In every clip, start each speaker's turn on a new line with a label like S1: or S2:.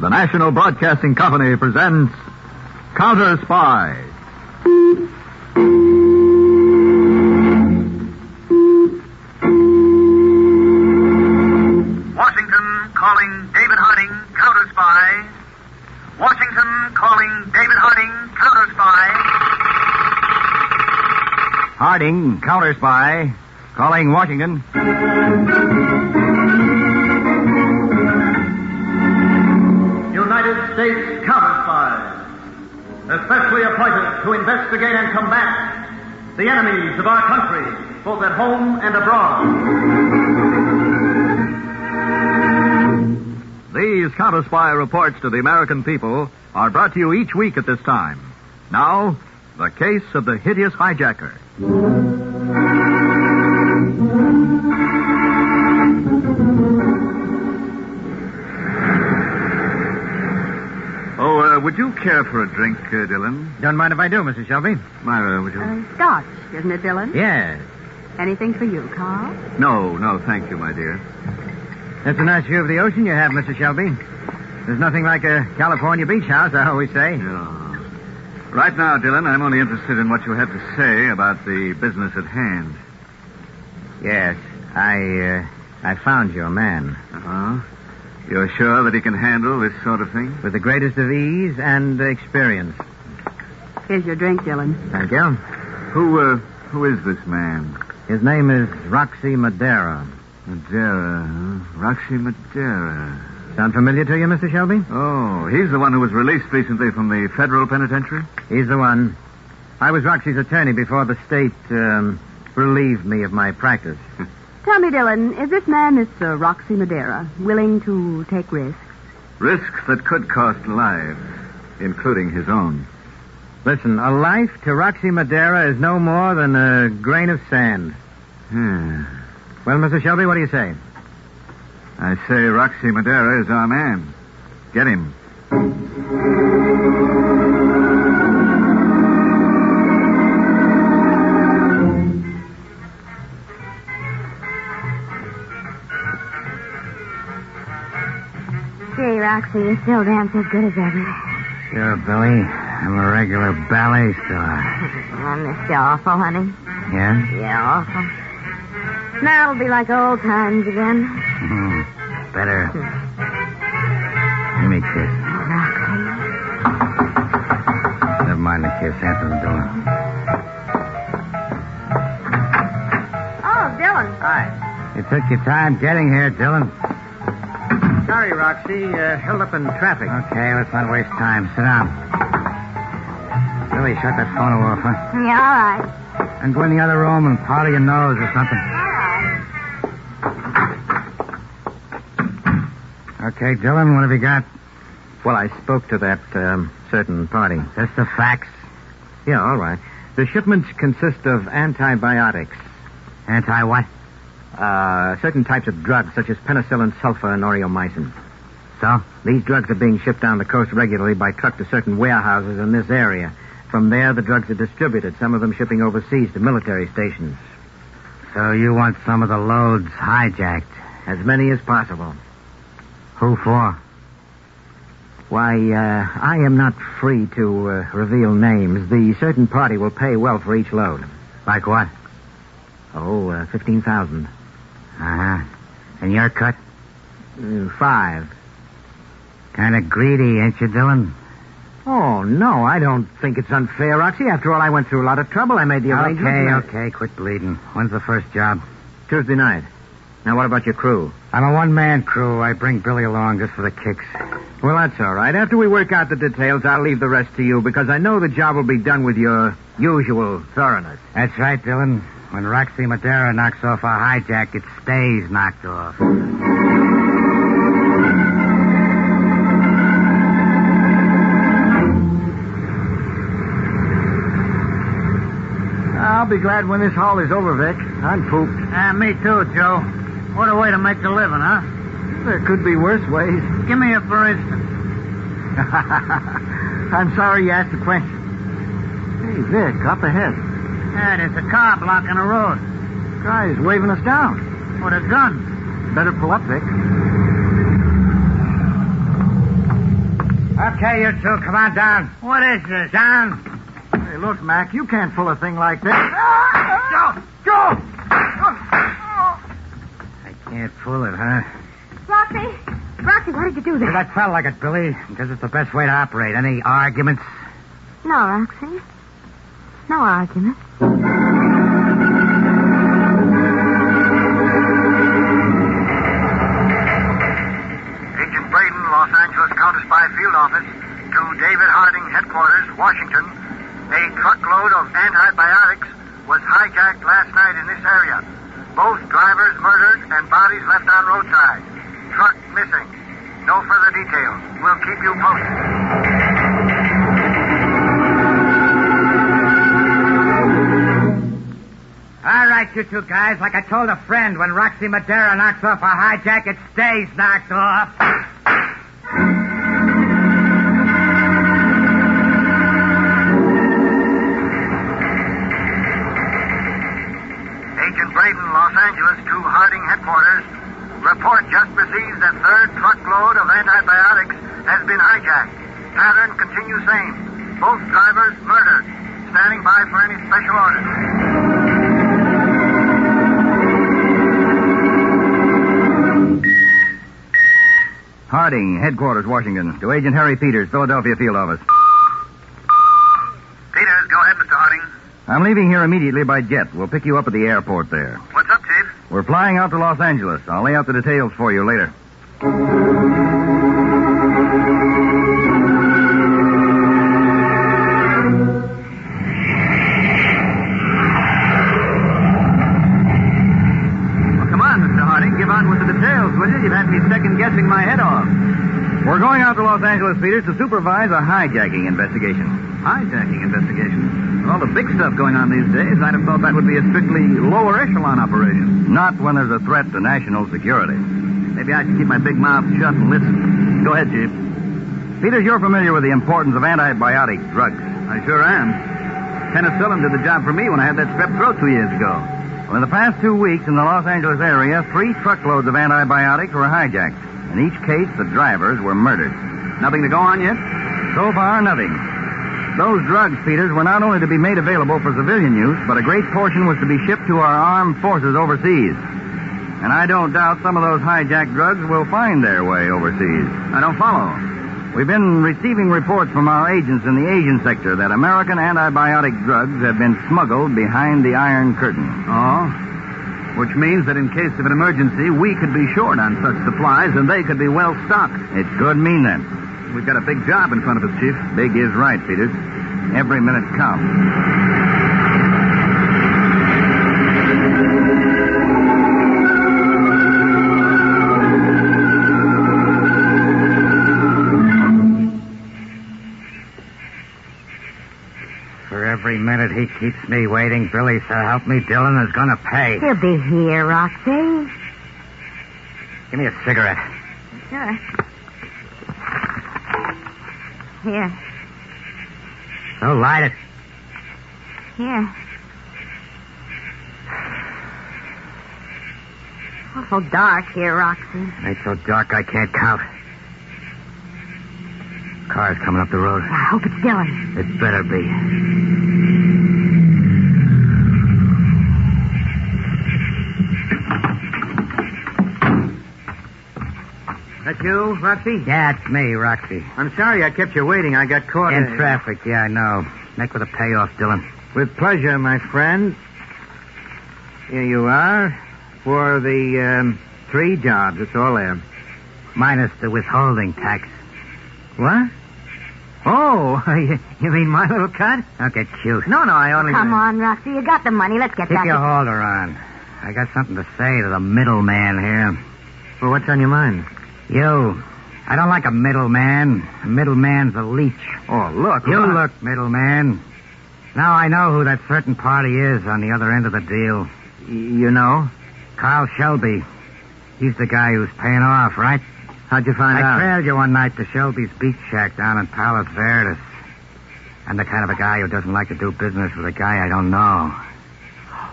S1: the National Broadcasting Company presents Counter Spy.
S2: Washington calling David Harding counter spy. Washington calling David Harding counter spy.
S1: Harding, Counter Spy, calling Washington.
S3: United States counter spies, especially appointed to investigate and combat the enemies of our country, both at home and abroad.
S1: These Counter Spy reports to the American people are brought to you each week at this time. Now, the case of the hideous hijacker. Oh, uh, would you care for a drink, uh, Dylan?
S4: Don't mind if I do, Mrs. Shelby.
S1: Myra, would you?
S5: Uh, Scotch, isn't it, Dylan?
S4: Yes.
S5: Anything for you, Carl?
S1: No, no, thank you, my dear.
S4: That's a nice view of the ocean you have, Mrs. Shelby. There's nothing like a California beach house, I always say.
S1: Yeah. Right now, Dylan, I'm only interested in what you have to say about the business at hand.
S4: Yes. I, uh, I found your man.
S1: Uh-huh. You're sure that he can handle this sort of thing?
S4: With the greatest of ease and experience.
S5: Here's your drink, Dylan.
S4: Thank you.
S1: Who, uh, who is this man?
S4: His name is Roxy Madeira.
S1: Madeira, huh? Roxy Madeira.
S4: Sound familiar to you, Mr. Shelby?
S1: Oh, he's the one who was released recently from the federal penitentiary?
S4: He's the one. I was Roxy's attorney before the state, um, relieved me of my practice.
S5: Tell me, Dylan, is this man, this uh, Roxy Madeira, willing to take risks?
S1: Risks that could cost lives, including his own.
S4: Listen, a life to Roxy Madeira is no more than a grain of sand.
S1: Hmm.
S4: Well, Mr. Shelby, what do you say?
S1: I say Roxy Madeira is our man. Get him.
S6: Gee, Roxy, you're still damn as good as ever.
S4: Sure, Billy. I'm a regular ballet star.
S6: I miss you awful, honey.
S4: Yeah?
S6: Yeah, awful. Now it'll be like old times again.
S4: Hmm. Better. Let me kiss.
S6: Roxy.
S4: Never mind the kiss. Answer the door.
S6: Oh, Dylan.
S4: Hi. You took your time getting here, Dylan. Sorry, Roxy. Uh, held up in traffic. Okay, let's not waste time. Sit down. Billy, shut that phone off, huh?
S6: Yeah, all right.
S4: And go in the other room and powder your nose or something. Okay, Dylan, what have you got? Well, I spoke to that um, certain party. That's the facts. Yeah, all right. The shipments consist of antibiotics. Anti what? Uh, certain types of drugs, such as penicillin, sulfur, and oreomycin. So? These drugs are being shipped down the coast regularly by truck to certain warehouses in this area. From there, the drugs are distributed, some of them shipping overseas to military stations. So you want some of the loads hijacked? As many as possible. Who for? Why, uh, I am not free to uh, reveal names. The certain party will pay well for each load. Like what? Oh, uh, 15,000. Uh-huh. And your cut? Mm, five. Kind of greedy, ain't you, Dylan? Oh, no, I don't think it's unfair, Roxy. After all, I went through a lot of trouble. I made the arrangements. Okay, okay, quit bleeding. When's the first job? Tuesday night. Now, what about your crew? I'm a one-man crew. I bring Billy along just for the kicks. Well, that's all right. After we work out the details, I'll leave the rest to you because I know the job will be done with your usual thoroughness. That's right, Dylan. When Roxy Madeira knocks off a hijack, it stays knocked off. I'll be glad when this haul is over, Vic. I'm pooped. Ah, me too, Joe. What a way to make a living, huh? There could be worse ways. Give me a for instance. I'm sorry you asked the question. Hey, Vic, up ahead. Yeah, there's a car blocking the road. Guy's waving us down. With a gun. Better pull up, Vic.
S7: Okay, you two, come on down. What is this? Down.
S4: Hey, look, Mac, you can't pull a thing like that. Joe! Joe!
S6: Oh.
S7: I can't fool it, huh?
S6: Roxy! Roxy, why did you do
S7: Because
S6: that?
S7: I felt like it, Billy. Because it's the best way to operate. Any arguments?
S6: No, Roxy. No argument.
S8: Agent Braden, Los Angeles Counter Spy Field Office, to David Harding Headquarters, Washington. A truckload of antibiotics was hijacked last night in this area. Both drivers murdered and bodies left on roadside. Truck missing. No further details. We'll keep you posted.
S7: All right, you two guys. Like I told a friend, when Roxy Madera knocks off a hijack, it stays knocked off.
S8: Agent Braden, Los Angeles, to Harding headquarters. Report just received that third truckload of antibiotics has been hijacked. Pattern continues same. Both drivers murdered. Standing by for any special orders.
S4: Harding, headquarters, Washington. To Agent Harry Peters, Philadelphia field office.
S8: Peters, go ahead, Mr. Harding.
S4: I'm leaving here immediately by jet. We'll pick you up at the airport there.
S8: What's up, Chief?
S4: We're flying out to Los Angeles. I'll lay out the details for you later. come on, Mr. Harding. Give out with the details, will you? You've had me second guessing my head off. We're going out to Los Angeles, Peters, to supervise a hijacking investigation. Hijacking investigation? With all the big stuff going on these days, I'd have thought that would be a strictly lower echelon operation. Not when there's a threat to national security. Maybe I should keep my big mouth shut and listen. Go ahead, Chief. Peters, you're familiar with the importance of antibiotic drugs. I sure am. Penicillin did the job for me when I had that strep throat two years ago. Well, in the past two weeks in the Los Angeles area, three truckloads of antibiotics were hijacked. In each case, the drivers were murdered. Nothing to go on yet? So far, nothing. Those drugs, Peters, were not only to be made available for civilian use, but a great portion was to be shipped to our armed forces overseas. And I don't doubt some of those hijacked drugs will find their way overseas. I don't follow. We've been receiving reports from our agents in the Asian sector that American antibiotic drugs have been smuggled behind the Iron Curtain. Oh? Which means that in case of an emergency, we could be short on such supplies and they could be well stocked. It could mean that. We've got a big job in front of us, Chief. Big is right, Peters. Every minute counts.
S7: For every minute he keeps me waiting, Billy, so help me, Dylan is going to pay.
S6: He'll be here, Roxy.
S7: Give me a cigarette.
S6: Sure. Here,
S7: So light it.
S6: here. Awful dark here, Roxy.
S7: Ain't so dark I can't count. Car's coming up the road.
S6: I hope it's Dylan.
S7: It better be.
S4: That you, Roxy?
S7: Yeah, it's me, Roxy.
S4: I'm sorry I kept you waiting. I got caught
S7: In traffic, yeah, I know. Make with a payoff, Dylan.
S4: With pleasure, my friend. Here you are for the um, three jobs. It's all there.
S7: Minus the withholding tax.
S4: What? Oh, you you mean my little cut?
S7: Don't get cute.
S4: No, no, I only.
S6: Come on, Roxy. You got the money. Let's get
S7: Keep
S6: back.
S7: your
S6: to-
S7: holder on. I got something to say to the middleman here.
S4: Well, what's on your mind?
S7: You. I don't like a middleman. A middleman's a leech.
S4: Oh, look.
S7: You look, middleman. Now I know who that certain party is on the other end of the deal.
S4: You know?
S7: Carl Shelby. He's the guy who's paying off, right?
S4: How'd you find
S7: I
S4: out?
S7: trailed you one night to Shelby's beach shack down in Palos Verdes. I'm the kind of a guy who doesn't like to do business with a guy I don't know.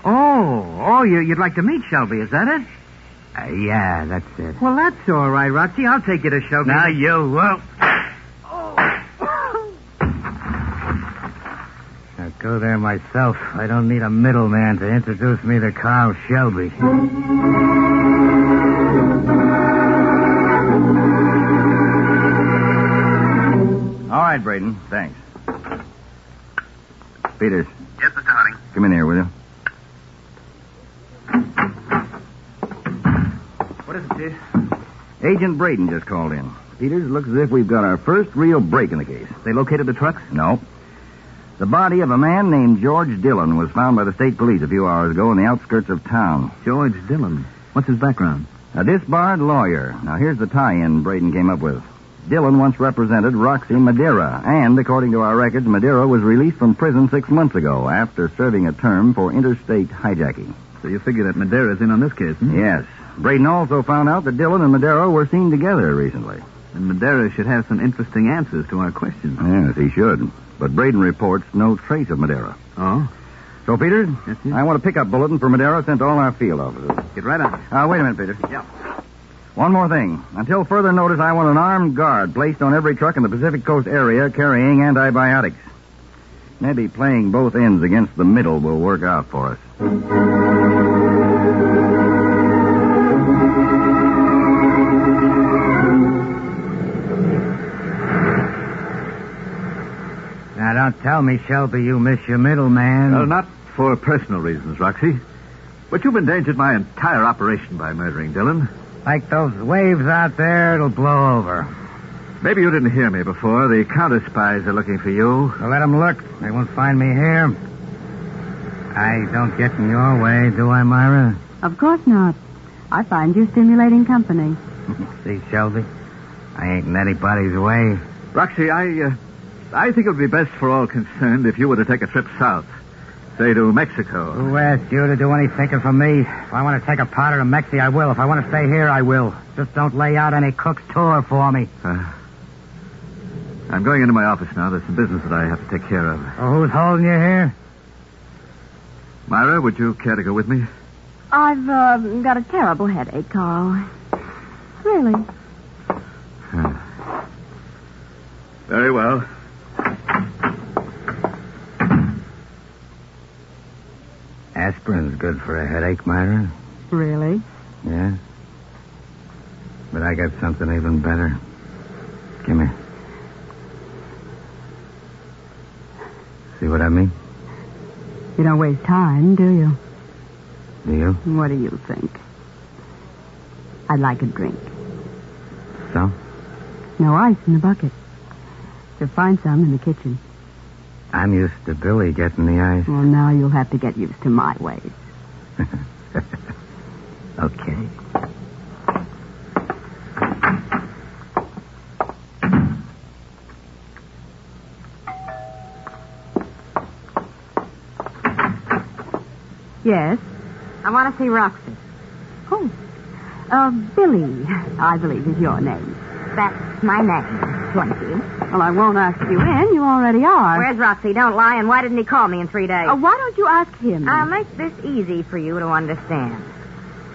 S4: Oh, oh, you, you'd like to meet Shelby, is that it?
S7: Uh, yeah, that's it.
S4: Well, that's all right, Roxy. I'll take you to Shelby.
S7: Now you won't.
S4: Oh.
S7: go there myself. I don't need a middleman to introduce me to Carl Shelby.
S4: All right, Braden. Thanks. Peters,
S8: Yes, Mr. Harding.
S4: come in here, will you?
S3: What is it, Chief?
S4: Agent Braden just called in. Peters, looks as if we've got our first real break in the case. They located the trucks? No. The body of a man named George Dillon was found by the state police a few hours ago in the outskirts of town.
S7: George Dillon. What's his background?
S4: A disbarred lawyer. Now, here's the tie in Braden came up with. Dillon once represented Roxy Madeira, and according to our records, Madeira was released from prison six months ago after serving a term for interstate hijacking.
S7: So you figure that Madeira's in on this case, hmm?
S4: Yes. Braden also found out that Dillon and Madeira were seen together recently.
S7: And Madeira should have some interesting answers to our questions.
S4: Yes, he should. But Braden reports no trace of Madeira.
S7: Oh?
S4: So, Peters,
S7: Yes, sir.
S4: I want a pickup bulletin for Madeira sent to all our field offices.
S7: Get right on.
S4: Uh, wait a minute, Peter.
S7: Yeah.
S4: One more thing. Until further notice, I want an armed guard placed on every truck in the Pacific Coast area carrying antibiotics. Maybe playing both ends against the middle will work out for us.
S7: Now, don't tell me, Shelby, you miss your middleman.
S3: No, Uh, not for personal reasons, Roxy. But you've endangered my entire operation by murdering Dillon.
S7: Like those waves out there, it'll blow over.
S3: Maybe you didn't hear me before. The counter spies are looking for you.
S7: So let 'em look. They won't find me here. I don't get in your way, do I, Myra?
S9: Of course not. I find you stimulating company.
S7: See, Shelby? I ain't in anybody's way.
S3: Roxy, I, uh, I think it would be best for all concerned if you were to take a trip south, say to Mexico.
S7: Who asked you to do any thinking for me? If I want to take a powder to Mexi, I will. If I want to stay here, I will. Just don't lay out any cook's tour for me.
S3: Uh, I'm going into my office now. There's some business that I have to take care of.
S7: Oh, who's holding you here?
S3: Myra, would you care to go with me?
S9: I've uh, got a terrible headache, Carl. Really?
S7: Hmm.
S3: Very well.
S7: Aspirin's good for a headache, Myra.
S9: Really?
S7: Yeah. But I got something even better. Come here. See what I mean?
S9: You don't waste time, do you?
S7: Do you?
S9: What do you think? I'd like a drink.
S7: So?
S9: No ice in the bucket. You'll find some in the kitchen.
S7: I'm used to Billy getting the ice.
S9: Well, now you'll have to get used to my ways.
S7: Okay.
S9: Yes?
S6: I want to see Roxy.
S9: Oh. Uh, Billy, I believe is your name.
S6: That's my name. Twenty.
S9: Well, I won't ask you in. You already are.
S6: Where's Roxy? Don't lie. And why didn't he call me in three days?
S9: Uh, why don't you ask him?
S6: I'll make this easy for you to understand.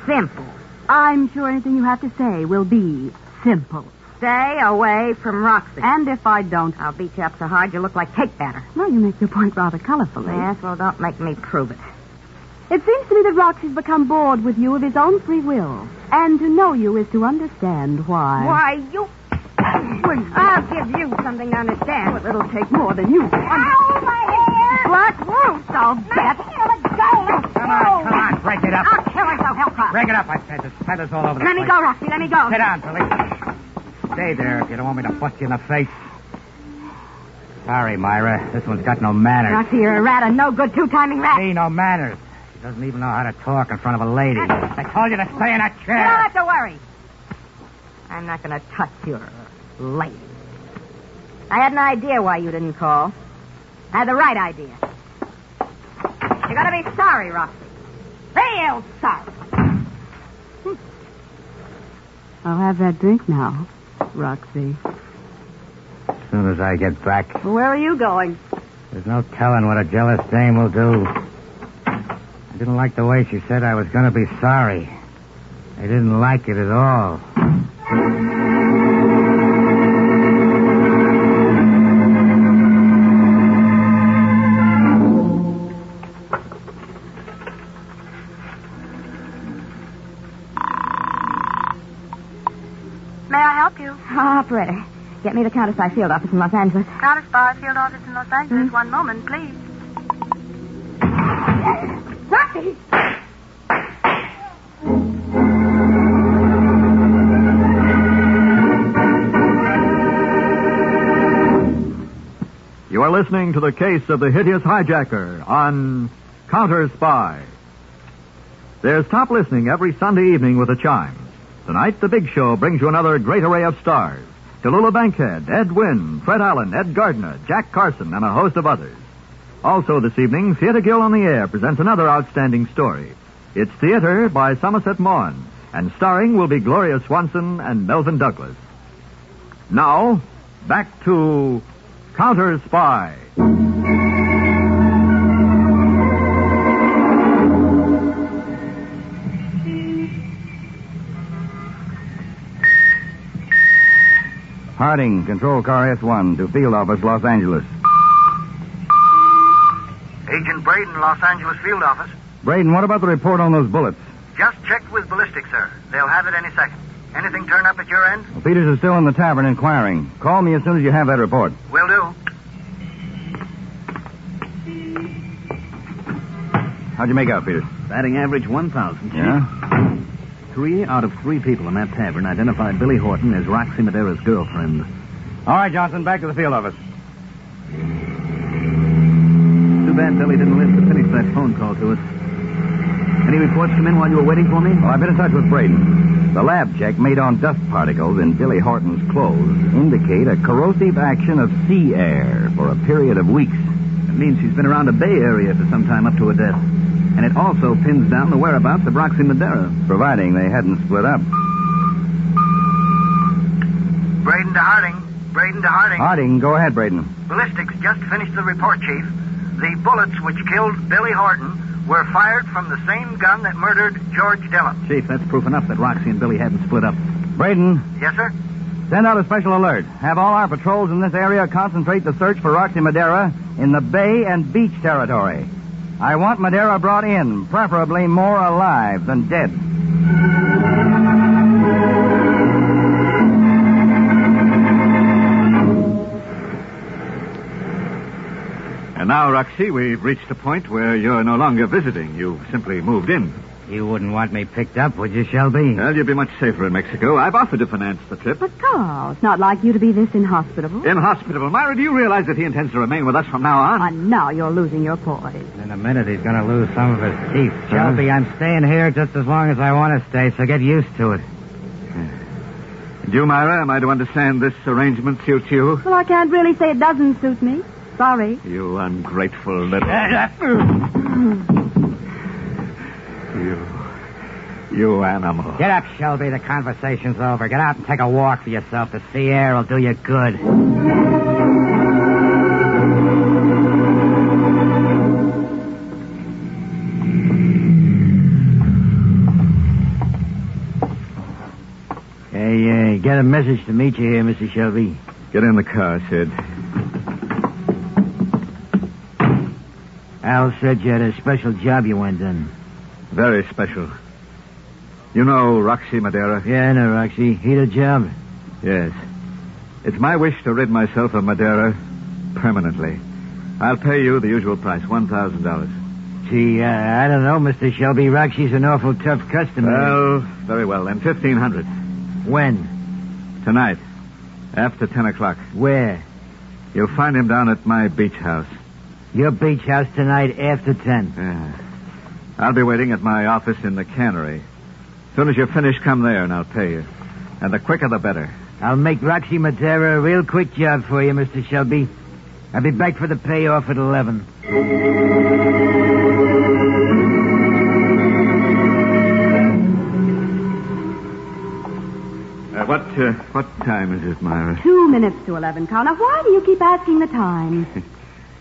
S6: Simple.
S9: I'm sure anything you have to say will be simple.
S6: Stay away from Roxy.
S9: And if I don't,
S6: I'll beat you up so hard you look like cake batter.
S9: well, you make your point rather colorfully.
S6: Yes, well, don't make me prove it.
S9: It seems to me that Roxy's become bored with you of his own free will. And to know you is to understand why.
S6: Why, you...
S9: Well,
S6: I'll give you something to understand.
S9: Well, it'll take more than you.
S6: Ow, my hair!
S9: Black roots, I'll bet.
S7: Come on, come on. Break it up.
S6: I'll kill her, so help her.
S7: Break it up, I said. There's feathers all over the
S6: Let me
S7: place.
S6: go, Roxy. Let me go.
S7: Sit down, Billy. Stay there if you don't want me to bust you in the face. Sorry, Myra. This one's got no manners.
S6: Roxy, you're a rat, a no good two timing rat.
S7: Hey, no manners. She doesn't even know how to talk in front of a lady. I told you to stay in that
S6: You
S7: chair.
S6: don't have to worry. I'm not going to touch your lady. I had an idea why you didn't call. I had the right idea. You're going to be sorry, Roxy. Real sorry.
S9: I'll have that drink now, Roxy.
S7: As soon as I get back,
S9: Where are you going?
S7: there's no telling what a jealous dame will do. I didn't like the way she said I was going to be sorry. I didn't like it at all.
S6: Get me the Countess by field office in Los Angeles.
S10: Countess Bar, field office in Los Angeles. One moment, please.
S6: Roxy!
S4: You are listening to the case of the hideous hijacker on Counter Spy. There's top listening every Sunday evening with the chimes. Tonight, the big show brings you another great array of stars. Tallulah Bankhead, Ed Wynn, Fred Allen, Ed Gardner, Jack Carson, and a host of others. Also this evening, Theater Guild on the Air presents another outstanding story. It's Theater by Somerset Maugham, and starring will be Gloria Swanson and Melvin Douglas. Now, back to Counter Spy.
S11: Harding, control car S1 to field office, Los Angeles.
S12: Agent Braden, Los Angeles field office.
S11: Braden, what about the report on those bullets?
S12: Just checked with ballistics, sir. They'll have it any second. Anything turn up at your end?
S11: Well, Peters is still in the tavern inquiring. Call me as soon as you have that report.
S12: Will do.
S11: How'd you make out, Peters?
S7: Batting average 1,000. Chief.
S11: Yeah?
S7: Three out of three people in that tavern identified Billy Horton as Roxy Madera's girlfriend.
S11: All right, Johnson, back to the field office. Too bad Billy didn't live to finish that phone call to us. Any reports come in while you were waiting for me? Well, I've been in touch with Braden. The lab check made on dust particles in Billy Horton's clothes indicate a corrosive action of sea air for a period of weeks. It means she's been around the Bay Area for some time up to her death. And it also pins down the whereabouts of Roxy Madera. Providing they hadn't split up.
S12: Braden to Harding. Braden to Harding.
S11: Harding, go ahead, Braden.
S12: Ballistics just finished the report, Chief. The bullets which killed Billy Horton were fired from the same gun that murdered George Dillon.
S7: Chief, that's proof enough that Roxy and Billy hadn't split up.
S11: Braden,
S12: Yes, sir?
S11: send out a special alert. Have all our patrols in this area concentrate the search for Roxy Madera in the Bay and Beach territory. I want Madera brought in, preferably more alive than dead.
S4: And now, Roxy, we've reached a point where you're no longer visiting. You've simply moved in.
S7: You wouldn't want me picked up, would you, Shelby?
S4: Well, you'd be much safer in Mexico. I've offered to finance the trip.
S9: But, Carl, it's not like you to be this inhospitable.
S4: Inhospitable. Myra, do you realize that he intends to remain with us from now on?
S9: And Ah, now you're losing your poise.
S7: In a minute, he's going to lose some of his teeth. Shelby, I'm staying here just as long as I want to stay, so get used to it.
S4: And you, Myra, am I to understand this arrangement suits you?
S9: Well, I can't really say it doesn't suit me. Sorry.
S4: You ungrateful little. you. You animal.
S7: Get up, Shelby. The conversation's over. Get out and take a walk for yourself. The sea air will do you good. Hey, uh, get a message to meet you here, Mr. Shelby.
S4: Get in the car, Sid.
S7: Al said you had a special job you went on.
S4: Very special. You know Roxy Madera?
S7: Yeah, I know, Roxy. Heat a job.
S4: Yes. It's my wish to rid myself of Madera permanently. I'll pay you the usual price, $1,000.
S7: Gee, uh, I don't know, Mr. Shelby. Roxy's an awful tough customer.
S4: Well, very well then. 1500
S7: when?
S4: Tonight, after 10 o'clock,
S7: Where?
S4: you'll find him down at my beach house.
S7: Your beach house tonight after 10.
S4: Yeah. I'll be waiting at my office in the cannery. Soon as you're finished, come there and I'll pay you. And the quicker the better.
S7: I'll make Roxy Matera a real quick job for you, Mr. Shelby. I'll be back for the payoff at 11.
S4: Uh, what uh, what time is it, Myra?
S9: Two minutes to 11, Carl. Now, why do you keep asking the time?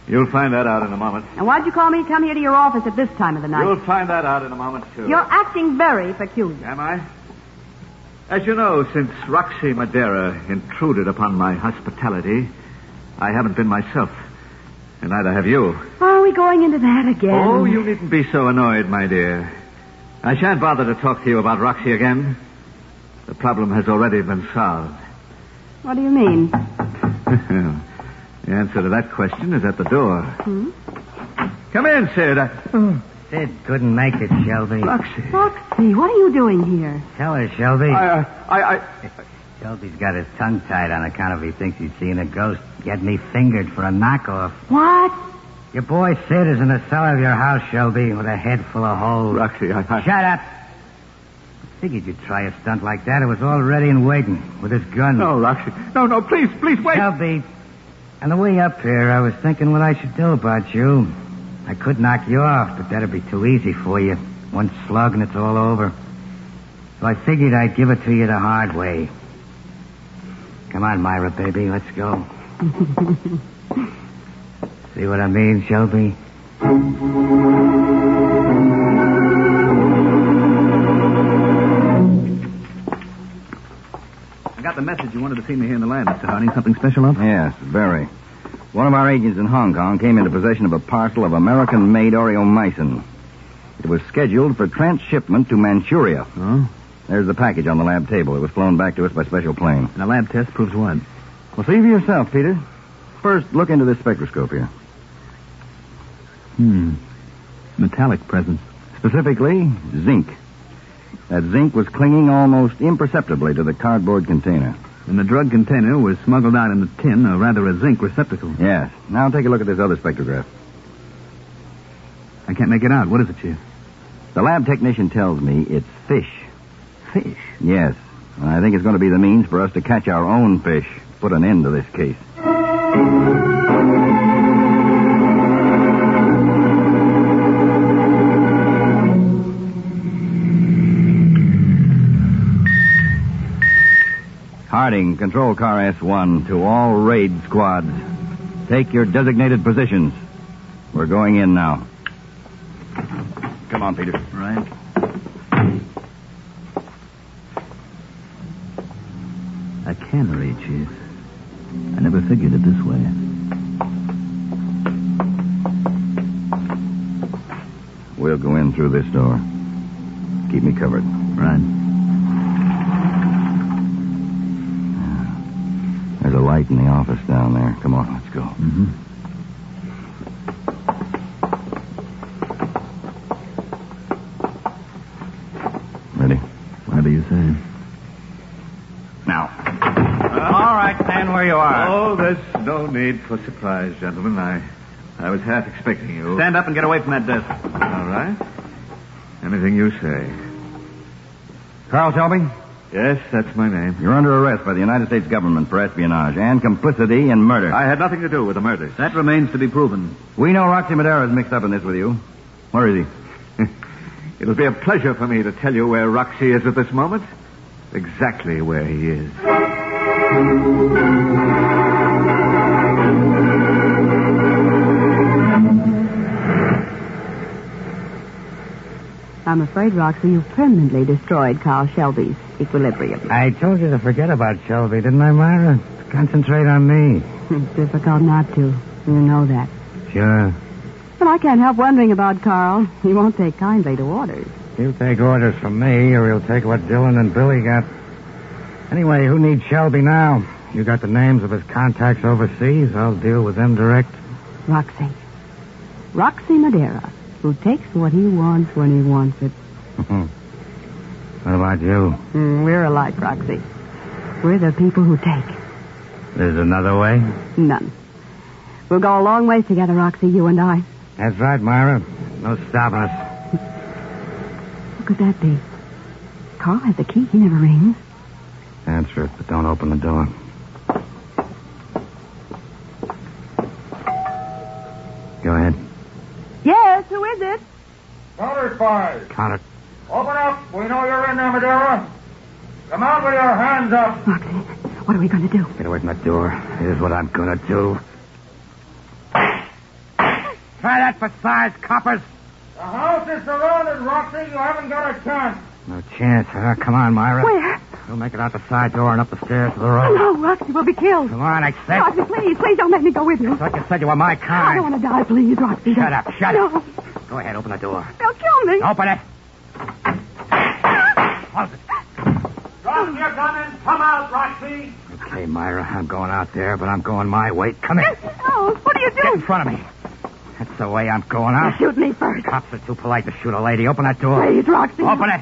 S4: You'll find that out in a moment.
S9: And why'd you call me to come here to your office at this time of the night?
S4: You'll find that out in a moment, too.
S9: You're acting very peculiar.
S4: Am I? As you know, since Roxy Madera intruded upon my hospitality, I haven't been myself. And neither have you.
S9: Are we going into that again?
S4: Oh, you needn't be so annoyed, my dear. I shan't bother to talk to you about Roxy again. The problem has already been solved.
S9: What do you mean?
S13: the answer to that question is at the door.
S9: Hmm?
S13: Come in, Sid. I-
S4: Oh.
S7: Sid couldn't make it, Shelby.
S13: Roxy.
S9: Foxy, what are you doing here?
S7: Tell her, Shelby.
S13: I, uh, I, I.
S7: Shelby's got his tongue tied on account of he thinks he's seeing a ghost. Get me fingered for a knockoff.
S9: What?
S7: Your boy Sid is in the cellar of your house, Shelby, with a head full of holes.
S13: Roxy, I. I...
S7: Shut up. Figured you'd try a stunt like that. It was all ready and waiting with his gun.
S13: No, Roxy. No, no, please, please wait.
S7: Shelby, on the way up here, I was thinking what I should do about you. I could knock you off, but that'd be too easy for you. One slug and it's all over. So I figured I'd give it to you the hard way. Come on, Myra, baby, let's go. See what I mean, Shelby?
S13: I got the message you wanted to see me here in the land, Mr. Harding. Something special up?
S4: Yes, very. One of our agents in Hong Kong came into possession of a parcel of American made oreomycin. It was scheduled for transshipment to Manchuria.
S13: Oh?
S4: There's the package on the lab table. It was flown back to us by special plane.
S13: And a lab test proves what?
S4: Well, see for yourself, Peter. First, look into this spectroscope here.
S13: Hmm. Metallic presence.
S4: Specifically, zinc. That zinc was clinging almost imperceptibly to the cardboard container.
S13: And the drug container was smuggled out in a tin, or rather a zinc receptacle.
S4: Yes. Now take a look at this other spectrograph.
S13: I can't make it out. What is it, Chief?
S4: The lab technician tells me it's fish.
S13: Fish.
S4: Yes. And I think it's going to be the means for us to catch our own fish, put an end to this case. Harding, control car S1 to all raid squads. Take your designated positions. We're going in now. Come on, Peter.
S13: Right. A cannery, Chief. I never figured it this way.
S4: We'll go in through this door. Keep me covered.
S13: Right.
S4: There's a light in the office down there. Come on, let's go.
S13: Mm-hmm.
S4: Ready?
S13: Whatever you say.
S4: Now.
S13: Uh,
S7: all right, stand where you
S14: Oh, there's no need for surprise, gentlemen. I, I was half expecting you.
S13: Stand up and get away from that desk.
S14: All right. Anything you say.
S4: Carl Shelby,
S14: Yes, that's my name.
S4: you're under arrest by the United States government for espionage and complicity in murder.
S14: I had nothing to do with the murders.
S13: That remains to be proven.
S4: We know Roxy Madera is mixed up in this with you. Where is he?
S14: It'll be a pleasure for me to tell you where Roxy is at this moment. Exactly where he is.
S9: I'm afraid, Roxy, you've permanently destroyed Carl Shelby's equilibrium.
S7: I told you to forget about Shelby, didn't I, Myra? Concentrate on me.
S9: It's difficult not to. You know that.
S7: Sure.
S9: But I can't help wondering about Carl. He won't take kindly to orders.
S7: He'll take orders from me, or he'll take what Dylan and Billy got. Anyway, who needs Shelby now? You got the names of his contacts overseas. I'll deal with them direct.
S9: Roxy. Roxy Madeira, who takes what he wants when he wants it.
S7: what about you?
S9: Mm, we're alike, Roxy. We're the people who take.
S7: There's another way?
S9: None. We'll go a long ways together, Roxy, you and I.
S7: That's right, Myra. No stopping us.
S9: What could that be? Carl has the key. He never rings.
S7: Answer it, but don't open the door. Go ahead.
S9: Yes, who is it?
S8: Counter spies,
S7: Count it.
S8: open up. We know you're in there, Madeira. Come out with your hands up.
S9: Roxy, what are we going to do?
S7: Get away from that door. Here's what I'm gonna do. Try that for size, coppers.
S8: The house is surrounded, Roxy. You haven't got a chance.
S7: No chance, huh? Come on, Myra.
S9: Where?
S7: We'll make it out the side door and up the stairs to the
S9: Oh,
S7: road.
S9: no, Roxy, we'll be killed.
S7: Come on, I said.
S9: Roxy, please, please don't let me go with you.
S7: Like I said, you were my
S9: I
S7: kind.
S9: don't want to die, please, Roxy.
S7: Shut up, shut
S9: no.
S7: up. Oh. Go ahead, open the door.
S9: They'll kill me.
S7: Open it. Close it.
S8: Drop your gun and come out, Roxy.
S7: Okay. Hey, Myra, I'm going out there, but I'm going my way. Come here.
S9: Oh, what do you
S7: Get in front of me. That's the way I'm going out.
S9: Shoot me first.
S7: Cops are too polite to shoot a lady. Open that door.
S9: Please, Roxy.
S7: Open it.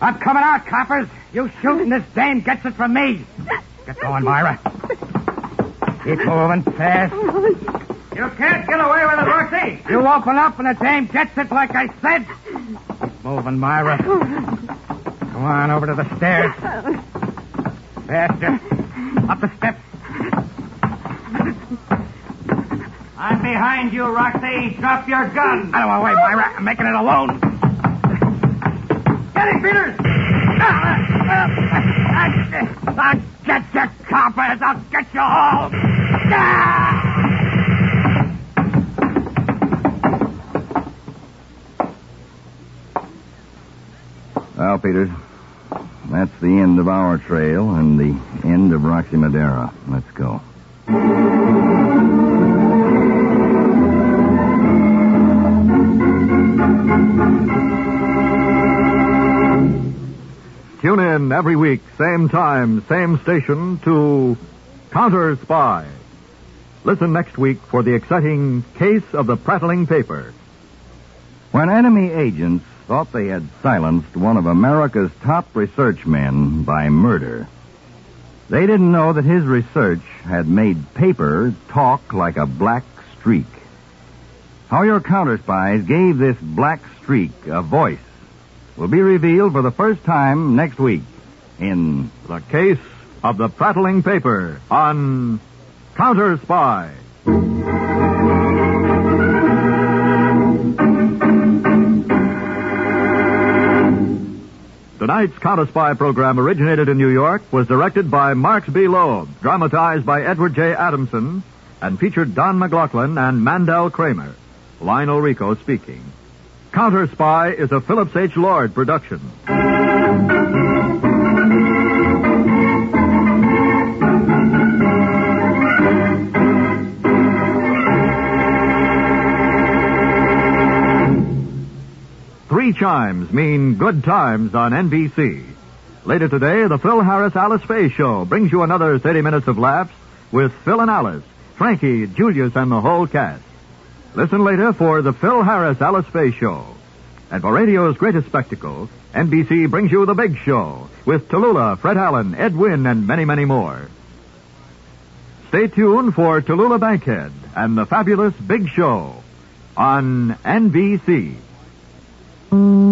S7: I'm coming out, coppers. You shoot, and this dame gets it from me. Get going, Myra. Keep moving fast. You can't get away with it, Roxy. You open up, and the dame gets it, like I said. Keep moving, Myra. Come on over to the stairs. Faster. Up the steps. I'm behind you, Roxy. Drop your gun. I don't want to wait, Myra. I'm making it alone. Get him, Peters! I'll get you, coppers. I'll get you all.
S15: Well, Peters, that's the end of our trail and the end of Roxy Madera. Let's go.
S4: Tune in every week, same time, same station, to Counter Spy. Listen next week for the exciting Case of the Prattling Paper.
S15: When enemy agents thought they had silenced one of America's top research men by murder, they didn't know that his research had made paper talk like a black streak. How your counter spies gave this black streak a voice will be revealed for the first time next week in
S4: The Case of the Prattling Paper on Counter Spy. Tonight's Counter Spy program originated in New York, was directed by Marks B. Loeb, dramatized by Edward J. Adamson, and featured Don McLaughlin and Mandel Kramer. Lionel Rico speaking. Counter Spy is a Phillips H. Lord production. Three chimes mean good times on NBC. Later today, the Phil Harris Alice Faye Show brings you another 30 minutes of laughs with Phil and Alice, Frankie, Julius, and the whole cast. Listen later for the Phil Harris Alice Faye Show. And for radio's greatest spectacle, NBC brings you The Big Show with Tallulah, Fred Allen, Ed Wynn, and many, many more. Stay tuned for Tallulah Bankhead and the fabulous Big Show on NBC.
S9: Mm.